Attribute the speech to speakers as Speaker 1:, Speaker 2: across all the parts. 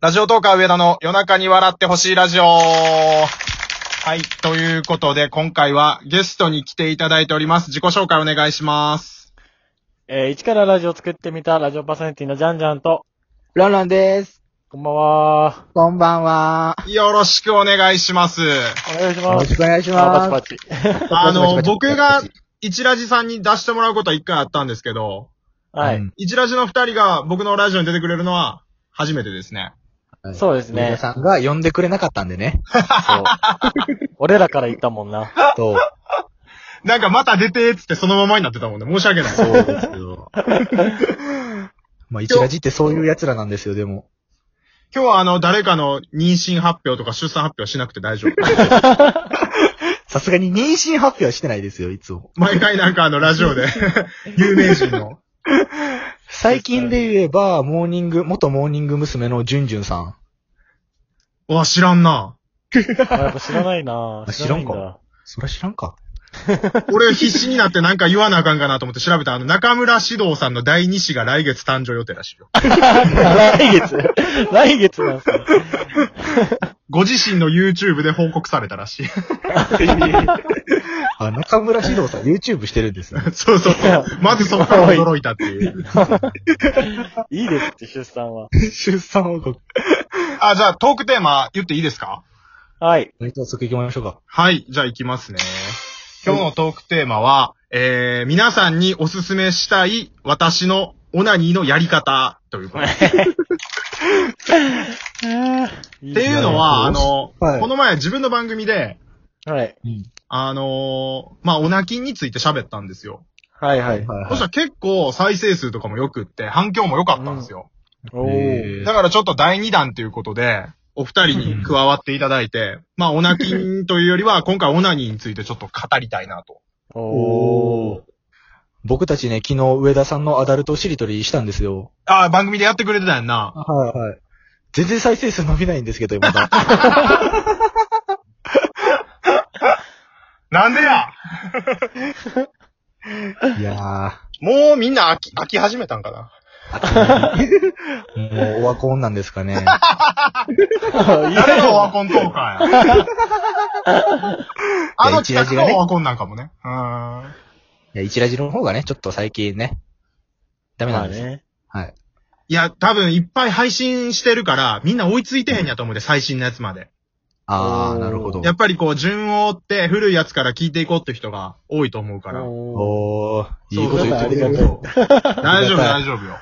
Speaker 1: ラジオトーカー上田の夜中に笑ってほしいラジオ。はい。ということで、今回はゲストに来ていただいております。自己紹介お願いします。
Speaker 2: えー一からラジオ作ってみたラジオパーソナリティのジャンジャンと、
Speaker 3: ロンロンです。
Speaker 2: こんばんは。
Speaker 3: こんばんは。
Speaker 1: よろしくお願いします。
Speaker 2: お願いし
Speaker 3: よ
Speaker 2: ま
Speaker 3: ろ
Speaker 2: す
Speaker 3: し。くお願いし
Speaker 2: あ
Speaker 3: ます。
Speaker 2: パチパチ。
Speaker 1: あの、
Speaker 3: パチパチ
Speaker 1: 僕が一ラジさんに出してもらうことは一回あったんですけど、
Speaker 2: はい。
Speaker 1: 一ラジの二人が僕のラジオに出てくれるのは初めてですね。
Speaker 2: そうです
Speaker 3: 皆
Speaker 2: ね。
Speaker 3: さんが呼んでくれなかったんで ね。
Speaker 2: そう 俺らから言ったもんな。
Speaker 3: そう。
Speaker 1: なんかまた出てーっつってそのままになってたもんね。申し訳ない。
Speaker 3: そうですよ。まあ、一ラジってそういう奴らなんですよ、でも。
Speaker 1: 今日はあの、誰かの妊娠発表とか出産発表しなくて大丈夫。
Speaker 3: さすがに妊娠発表はしてないですよ、いつも。
Speaker 1: 毎回なんかあの、ラジオ で、有名人の。
Speaker 3: 最近で言えば、モーニング、元モーニング娘。のジュンジュンさん。
Speaker 1: うわ、知らんな。
Speaker 2: あやっぱ知らないな
Speaker 3: あ
Speaker 2: 知らないん
Speaker 3: 知らん
Speaker 2: だ。
Speaker 3: そら知らん か。
Speaker 1: 俺必死になってなんか言わなあかんかなと思って調べたあの、中村獅童さんの第二子が来月誕生予定らしいよ。
Speaker 2: 来月来月なんすね
Speaker 1: ご自身の YouTube で報告されたらしい。
Speaker 3: あ、中村獅童さん YouTube してるんですね。
Speaker 1: そうそうそう。まずそこから驚いたっていう。
Speaker 2: いいですって、出産は。
Speaker 3: 出産報告。
Speaker 1: あ、じゃあトークテーマ言っていいですか
Speaker 2: はい。
Speaker 3: 早速行きましょうか。
Speaker 1: はい、じゃあ行きますね。今日のトークテーマは、えー、皆さんにおすすめしたい私のオナニーのやり方ということで。
Speaker 2: いい
Speaker 1: って
Speaker 2: ね
Speaker 1: いうのは、あの、
Speaker 3: はい
Speaker 1: この前自分の番組で、
Speaker 2: はい。
Speaker 1: あのーまあ、オナキンについて喋ったんですよ。
Speaker 2: はいはい。
Speaker 3: はい
Speaker 1: そしたら結構再生数とかも良くって、反響も良かったんですよ。
Speaker 2: お
Speaker 3: はい。
Speaker 2: ー。
Speaker 3: え
Speaker 1: だ
Speaker 3: ー
Speaker 1: からちょっと第2弾ということで、お二人に加わっていただいて、まあ、オナキンというより は、今回オナニーについてちょっと語りたいなと。
Speaker 2: おー。
Speaker 3: 僕たちね、昨日上田さんのアダルトしりとりしたんですよ。
Speaker 1: ああ、番組でやってくれてたやんな。
Speaker 3: はいはい。全然再生数伸びないんですけど、まだ。
Speaker 1: なんでや
Speaker 3: いや
Speaker 1: もうみんな飽き、飽き始めたんかな。
Speaker 3: ー、もうオワコンなんですかね。
Speaker 2: いや
Speaker 1: 誰のオワコントーカー や。あの
Speaker 3: い
Speaker 1: 企
Speaker 3: や一ラジ
Speaker 1: 画
Speaker 3: がね
Speaker 1: のオワコンなんかもね。うーん。
Speaker 3: いや、一ラジの方がね、ちょっと最近ね、ダメ
Speaker 2: ま
Speaker 3: な
Speaker 2: あ
Speaker 3: んです。
Speaker 2: ね。
Speaker 3: はい。
Speaker 1: いや、多分いっぱい配信してるから、みんな追いついてへんやと思うで、最新のやつまで。
Speaker 3: あ
Speaker 2: お
Speaker 3: ー、
Speaker 2: ー
Speaker 3: なるほど
Speaker 1: や。っぱりこう、順を追って古いやつから聞いていこうって人が多いと思うから。
Speaker 2: おー。
Speaker 3: おー、い
Speaker 1: そう
Speaker 3: いこと言ってくれる
Speaker 2: そう
Speaker 3: よ。
Speaker 1: 大丈夫、
Speaker 3: あ
Speaker 1: 大
Speaker 3: り
Speaker 1: 丈夫よ。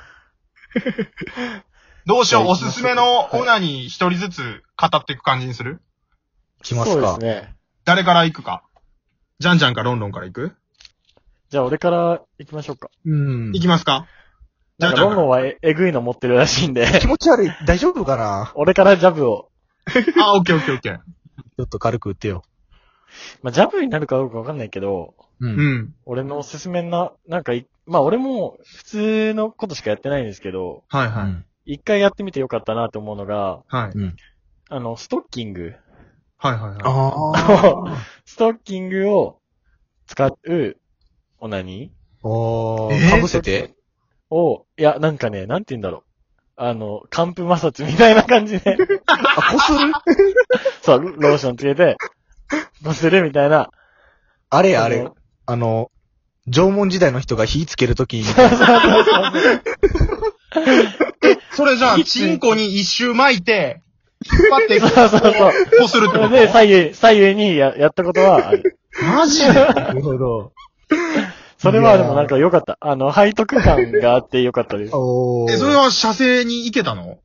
Speaker 1: どうしよう、
Speaker 2: はい
Speaker 1: おすすめのオナに一人ずつ語っていく感じにする
Speaker 3: 来ます
Speaker 2: そうで
Speaker 3: か
Speaker 2: す。ね。
Speaker 1: 誰から行くかじゃんじゃんかロンロンから行く
Speaker 2: じゃあ俺から行きましょうか。
Speaker 3: うん
Speaker 1: 行。きますかじ
Speaker 2: な
Speaker 1: ゃ
Speaker 2: ん
Speaker 1: ん
Speaker 2: か
Speaker 1: じゃん
Speaker 2: ロ
Speaker 1: か
Speaker 2: ンロ
Speaker 1: ら
Speaker 2: ンはええぐいの持ってるらしいんで、
Speaker 3: 気持ち悪い。大丈夫かな
Speaker 2: 俺からジャブを。
Speaker 1: あ、オッケーオッケーオッケー。
Speaker 3: ちょっと軽く打ってよ。
Speaker 2: まあ、ジャブになるかどうかわかんないけど、
Speaker 3: う
Speaker 1: う。ん。
Speaker 2: 俺のおすすめな、なんかい、まあ俺も普通のことしかやってないんですけど、
Speaker 1: はいうはい。
Speaker 3: ん。
Speaker 2: 一回やってみてよかったなと思うのが、
Speaker 1: はい。
Speaker 2: あの、ストッキング。
Speaker 1: はいはいはい。
Speaker 3: あ
Speaker 2: ストッキングを使う、オナニ
Speaker 3: ー。 お
Speaker 1: えー
Speaker 3: ー、かぶせて。
Speaker 2: ーを、いや、なんかね、なんて言うんだろう。あの、寒風摩擦みたいな感じ で、
Speaker 3: あ、こする
Speaker 2: そう、ローションつけて、こするみたいな。
Speaker 3: あれあれ
Speaker 2: の。
Speaker 3: あの、縄文時代の人が火つけるときに、
Speaker 1: それじゃあ、チンコに一周巻いて、引っ張って、こ
Speaker 2: そうそうそう。
Speaker 1: うこするってこ
Speaker 2: そ
Speaker 1: と
Speaker 2: れで、左右、左右にややったことはある。
Speaker 1: マジで
Speaker 3: なるほど。
Speaker 2: それはでもなんか良かった。あの、背徳感があって良か ったです。
Speaker 3: おー。
Speaker 1: え、それは射精に行けたの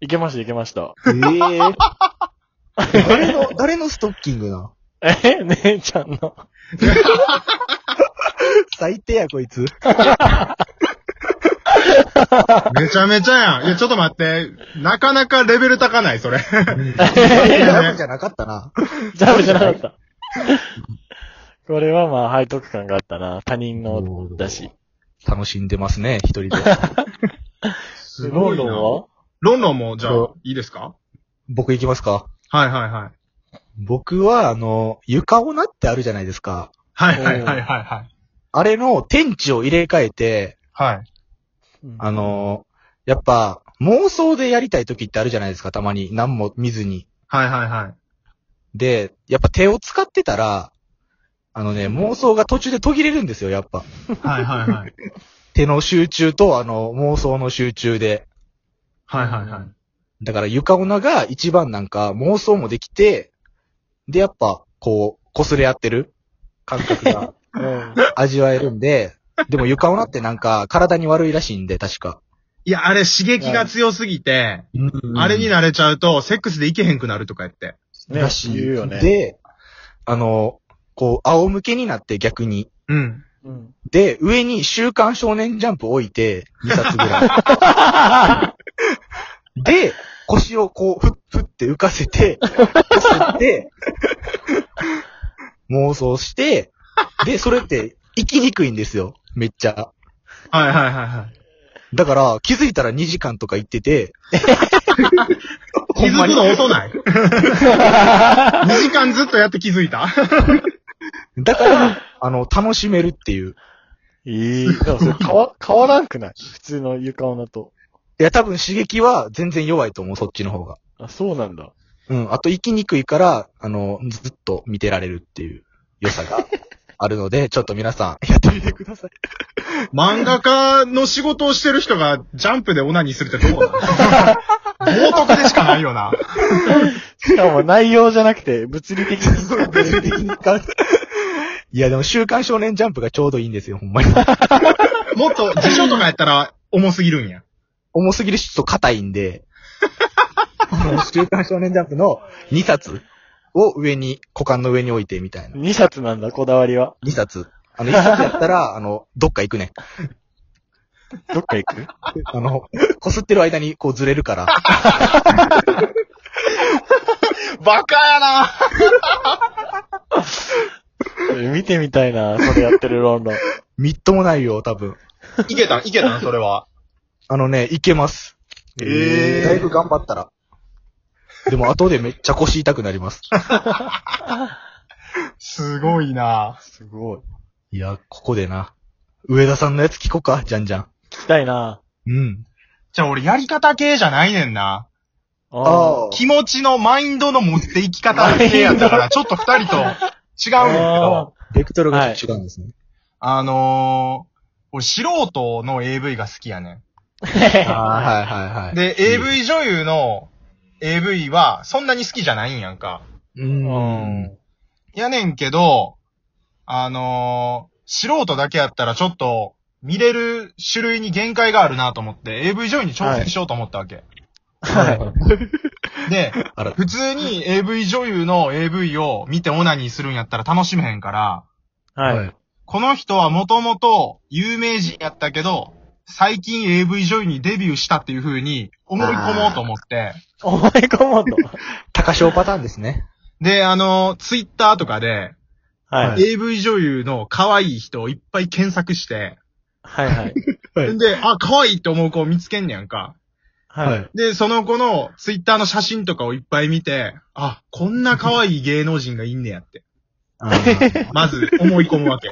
Speaker 2: いけました、いけました。
Speaker 3: ええ誰の、誰のストッキングな
Speaker 2: え姉ちゃん の。
Speaker 3: 最低や、こいつ。
Speaker 1: めちゃめちゃやん。いや、ちょっと待って。なかなかレベル高ない、それ。
Speaker 3: ジ
Speaker 1: ね
Speaker 3: ャブじゃなかったな。
Speaker 2: ジャブじゃなかった。 これはまあ、背徳感があったな。他人のだし。
Speaker 3: 楽しんでますね、一人で。
Speaker 1: す
Speaker 2: ロン
Speaker 1: な
Speaker 2: ロンは
Speaker 1: ロンロンも、じゃあ
Speaker 3: そ、
Speaker 1: いいですか
Speaker 3: 僕行きますか。
Speaker 1: はいはいはい。
Speaker 3: 僕は、あの、床オナってあるじゃないですか。
Speaker 1: はいはいはいはいはい。
Speaker 3: あれの天地を入れ替えて、
Speaker 1: はい。
Speaker 3: あ、の、やっぱ、妄想でやりたい時ってあるじゃないですか、たまに。何も見ずに。
Speaker 1: はいはいはい。
Speaker 3: で、やっぱ手を使ってたら、あのね、妄想が途中で途切れるんですよ、やっぱ。
Speaker 1: はいはいはい。
Speaker 3: 手の集中と、あの、妄想の集中で。
Speaker 1: はいはいはい。
Speaker 3: だから、床女が一番なんか妄想もできて、で、やっぱ、こう、擦れ合ってる感覚 が
Speaker 2: うん。
Speaker 3: 味わえるんで、でも床女ってなんか体に悪いらしいんで、確か。
Speaker 1: いや、あれ刺激が強すぎて、あれに慣れちゃうと、セックスでいけへんくなるとか言って。
Speaker 2: ね
Speaker 3: らしい。
Speaker 2: 言うよね
Speaker 3: で、あの、こう、仰向けになって逆に。
Speaker 1: うん。
Speaker 2: うん。
Speaker 3: で、上に週刊少年ジャンプ置いて、2冊ぐらい。で、腰をこう、ふっふって浮かせて、こすって、妄想して、で、それって、生きにくいんですよ。めっちゃ。
Speaker 1: はいはいはいはい。
Speaker 3: だから、気づいたら2時間とか行ってて、
Speaker 1: 気
Speaker 3: ほん
Speaker 1: づ
Speaker 3: ま
Speaker 1: く
Speaker 3: に
Speaker 1: の遅ない ?2 時間ずっとやって気づいた
Speaker 3: だから、あの、楽しめるっていう。
Speaker 2: いい。でもそれ変わ、変わらんくない普通の床女と。
Speaker 3: いや、多分刺激は全然弱いと思う、そっちの方が。
Speaker 2: あ、そうなんだ。
Speaker 3: うん。あと、生きにくいから、あの、ずっと見てられるっていう良さがあるので、 ちょっと皆さん、やってみてください。
Speaker 1: 漫画家の仕事をしてる人がジャンプでオナニーするって どうなの冒涜でしかないよな。
Speaker 2: しかも内容じゃなくて、物理的に。
Speaker 3: 物理的に感じいや、でも、週刊少年ジャンプがちょうどいいんですよ、ほんまに。
Speaker 1: もっと辞書とかやったら重すぎるんや。
Speaker 3: 重すぎるし、ちょっと硬いんで、 あの週刊少年ジャンプの2冊を上に、股間の上に置いてみたいな。
Speaker 2: 2冊なんだ、こだわりは。
Speaker 3: 2冊。あの、1冊やったら、あの、どっか行くね。
Speaker 2: どっか行く
Speaker 3: あの、擦ってる間にこうずれるから。
Speaker 1: バカやな
Speaker 2: え見てみたいな、それやってるロンロン。
Speaker 3: みっともないよ、多分。
Speaker 1: いけたいけたそれは。
Speaker 3: あのね、いけます。
Speaker 1: えー
Speaker 3: だいぶ頑張ったら。でも、後でめっちゃ腰痛くなります。
Speaker 1: すごいな
Speaker 2: すごい。
Speaker 3: いや、ここでな。上田さんのやつ聞こうか、じゃんじゃん。
Speaker 2: 聞きたいな。
Speaker 3: うん。
Speaker 1: じゃあ俺やり方系じゃないねんな。
Speaker 2: あ
Speaker 1: 気持ちのマインドの持っていき方系やったから、ちょっと二人と違うんですけ
Speaker 2: あ。
Speaker 1: ど。
Speaker 3: ベクトルが違うんですね。
Speaker 1: あのー、俺素人の AV が好きやね
Speaker 3: ああ、はいはいはい。
Speaker 1: ん。で、AV 女優の AV はそんなに好きじゃないんやんか。
Speaker 3: う。
Speaker 2: うんん。
Speaker 1: やねんけど、あのー、素人だけやったらちょっと見れる種類に限界があるなと思って、AV 女優に挑戦しようと思ったわけ。
Speaker 2: は
Speaker 1: で、
Speaker 3: あら、
Speaker 1: 普通に AV 女優の AV を見てオナニーするんやったら楽しめへんから、
Speaker 2: い。はい。
Speaker 1: この人はもともと有名人やったけど、最近 AV 女優にデビューしたっていう風に思い込もうと思って、
Speaker 2: 思い込もうと。
Speaker 3: 高潮パターンですね。
Speaker 1: で、あの、ツイッターとかで、
Speaker 2: はい。
Speaker 1: AV 女優の可愛い人をいっぱい検索して、
Speaker 2: はいはい。
Speaker 3: は い
Speaker 1: で、あ、可愛いって思う子を見つけんねやんか。
Speaker 2: はい。
Speaker 1: で、その子のツイッターの写真とかをいっぱい見て、あ、こんな可愛い芸能人がいんねやって、
Speaker 3: あー
Speaker 1: まず思い込むわ け。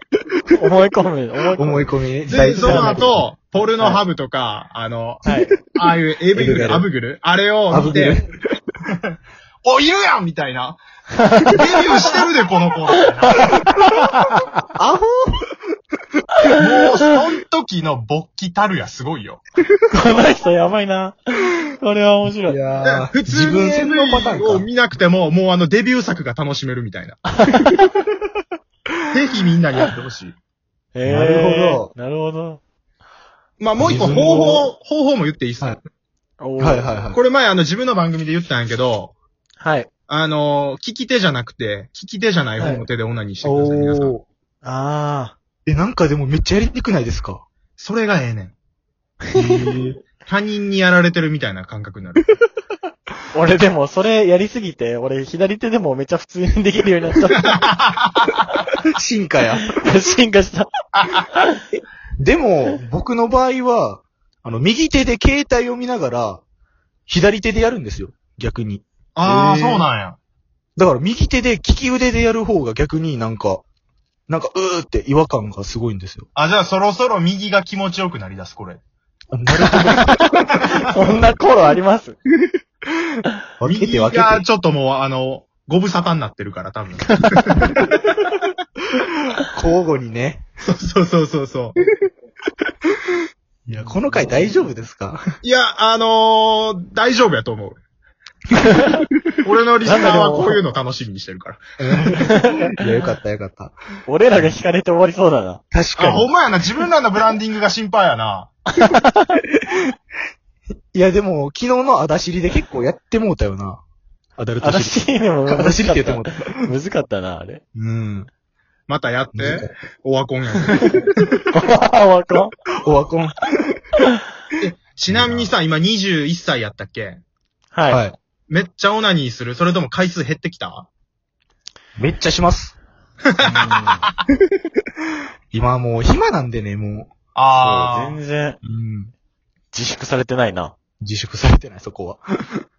Speaker 2: 思い込む。思い込む。
Speaker 3: 思い込みね。
Speaker 1: で、その
Speaker 2: だいぶ
Speaker 1: 後、ポルノハブとか、あの、
Speaker 2: はい。
Speaker 1: ああいう AV グ
Speaker 3: エグゼ
Speaker 1: ル、
Speaker 3: ル
Speaker 1: アブグルあれを見
Speaker 3: アブ
Speaker 1: て、お、いるやんみたいな。デビューして るで、この子。みたいな
Speaker 3: アホ
Speaker 1: もう、そん時の勃起たるや、すごいよ。
Speaker 2: この人やばいな。これは面白
Speaker 3: い
Speaker 2: い。
Speaker 3: やー
Speaker 1: 普通に
Speaker 3: 自分専用パタ
Speaker 1: AV
Speaker 3: ー
Speaker 1: を
Speaker 3: ンか。
Speaker 1: 見なくても、もうあの、デビュー作が楽しめるみたいな。ぜひみんなにやってほしい。
Speaker 2: えー
Speaker 3: なるほど
Speaker 2: なるほど。
Speaker 1: まあ、もう一個
Speaker 3: 自
Speaker 1: 方
Speaker 3: 分の
Speaker 1: 法、方法も言っていいっす、
Speaker 3: はい
Speaker 2: おー
Speaker 3: はいはいはい。
Speaker 1: これ前、あの、自分の番組で言ったんやけど、
Speaker 2: はい。
Speaker 1: あの、聞き手じゃなくて、聞き手じゃない方の手でオナニーしてください、皆さん。
Speaker 3: おー。
Speaker 2: あ
Speaker 3: え、なんかでもめっちゃやりにくないですか
Speaker 1: それがええねん。他人にやられてるみたいな感覚になる。
Speaker 2: あ。俺でもそれやりすぎて、俺左手でもめっちゃ普通にできるようになっちゃっ
Speaker 3: 進化や。
Speaker 2: た。進化した。
Speaker 3: でも、僕の場合は、あの、右手で携帯を見ながら、左手でやるんですよ。逆に。
Speaker 1: ああ、
Speaker 2: へー
Speaker 1: そうなんや。
Speaker 3: だから右手で利き腕でやる方が逆になんか、なんか、うーって違和感がすごいんですよ。
Speaker 1: あ、じゃあそろそろ右が気持ちよくなりだす、これ。
Speaker 2: そんな頃あります
Speaker 3: 分け
Speaker 1: 右
Speaker 3: て分け
Speaker 1: が
Speaker 3: て。
Speaker 1: ちょっともう、あの、ご無沙汰になってるから、多分。
Speaker 3: 交互にね。
Speaker 1: そうそうそうそう。
Speaker 3: い や、この回大丈夫ですか
Speaker 1: いや、あのー大丈夫やと 思う。俺のリスナーはこういうの楽しみにしてるから。
Speaker 3: いや、よかったよかった。
Speaker 2: 俺らが惹かれて終わりそうだな。
Speaker 3: 確か
Speaker 1: あ、ほ
Speaker 3: に
Speaker 1: ん。まやな。自分らのブランディングが心配やな。
Speaker 3: いや、でも、昨日のあだしりで結構やってもうたよな。アダルトし
Speaker 2: 私にも
Speaker 3: り。
Speaker 2: 難か
Speaker 3: あ
Speaker 2: った
Speaker 3: だしりって言ってもうた。
Speaker 2: むずかったな、あれ。
Speaker 3: うん。
Speaker 1: またやっ
Speaker 3: 難か
Speaker 1: て。オワコンやね。
Speaker 2: あ、わかん。
Speaker 3: オワコン。
Speaker 1: ちなみにさ、今21歳やったっけ
Speaker 2: はい。
Speaker 3: はい。
Speaker 1: めっちゃオナニーするそれとも回数減ってきた
Speaker 3: めっちゃします。今もう暇なんでね、
Speaker 2: そ
Speaker 3: も
Speaker 2: う
Speaker 1: ああ。
Speaker 2: 全然
Speaker 3: う。うん。
Speaker 2: 自粛されてないな。
Speaker 3: 自粛されてない、そこは。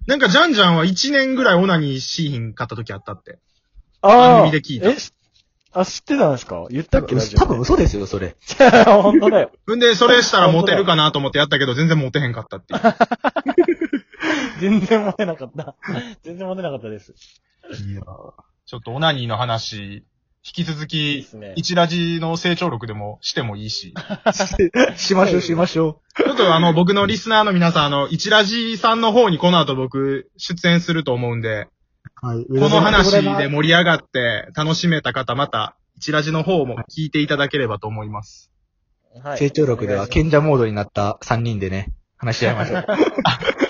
Speaker 1: なんかジャンジャンは1年ぐらいオナニーしーひんかった時あったって。
Speaker 2: あ
Speaker 1: 番組で聞いた
Speaker 2: えあ、知ってたんですか言った
Speaker 3: 多
Speaker 2: っけ
Speaker 3: 分、多分嘘ですよ、それ。
Speaker 2: じゃあ、本当だよ。
Speaker 1: んで、それしたらモテるかなと思ってやったけど、全然モテへんかったっていう。
Speaker 2: 全然モテなかった。全然モテなかったです。
Speaker 3: いや
Speaker 1: ちょっとオナニーの話、引き続
Speaker 2: いいっ
Speaker 1: き、
Speaker 2: すね。
Speaker 1: 一ラジの成長力でもしてもいいし。
Speaker 3: しましょう、しましょ
Speaker 1: ちょっとあの、僕のリスナーの皆さん、あの、一ラジさんの方にこの後僕、出演すると思うんで、
Speaker 3: う。はい。こ
Speaker 1: この話で盛り上がって楽しめた方、また、一ラジの方も聞いていただければと思います。
Speaker 2: はい
Speaker 3: 成長力では、賢者モードになった3人でね、話し合いましょう。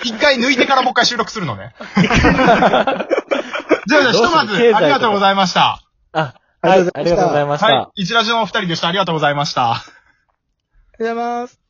Speaker 1: 一回抜いてからもう一回収録するのね。じゃあじゃあ、ひとまず、あ
Speaker 2: どうする経
Speaker 1: り
Speaker 2: 済とか
Speaker 1: がとうございました。
Speaker 2: あ、はい、ありがとうございました。
Speaker 1: はい。一ラジのお二人でした。ありがとうございました。
Speaker 3: ありがとうございます。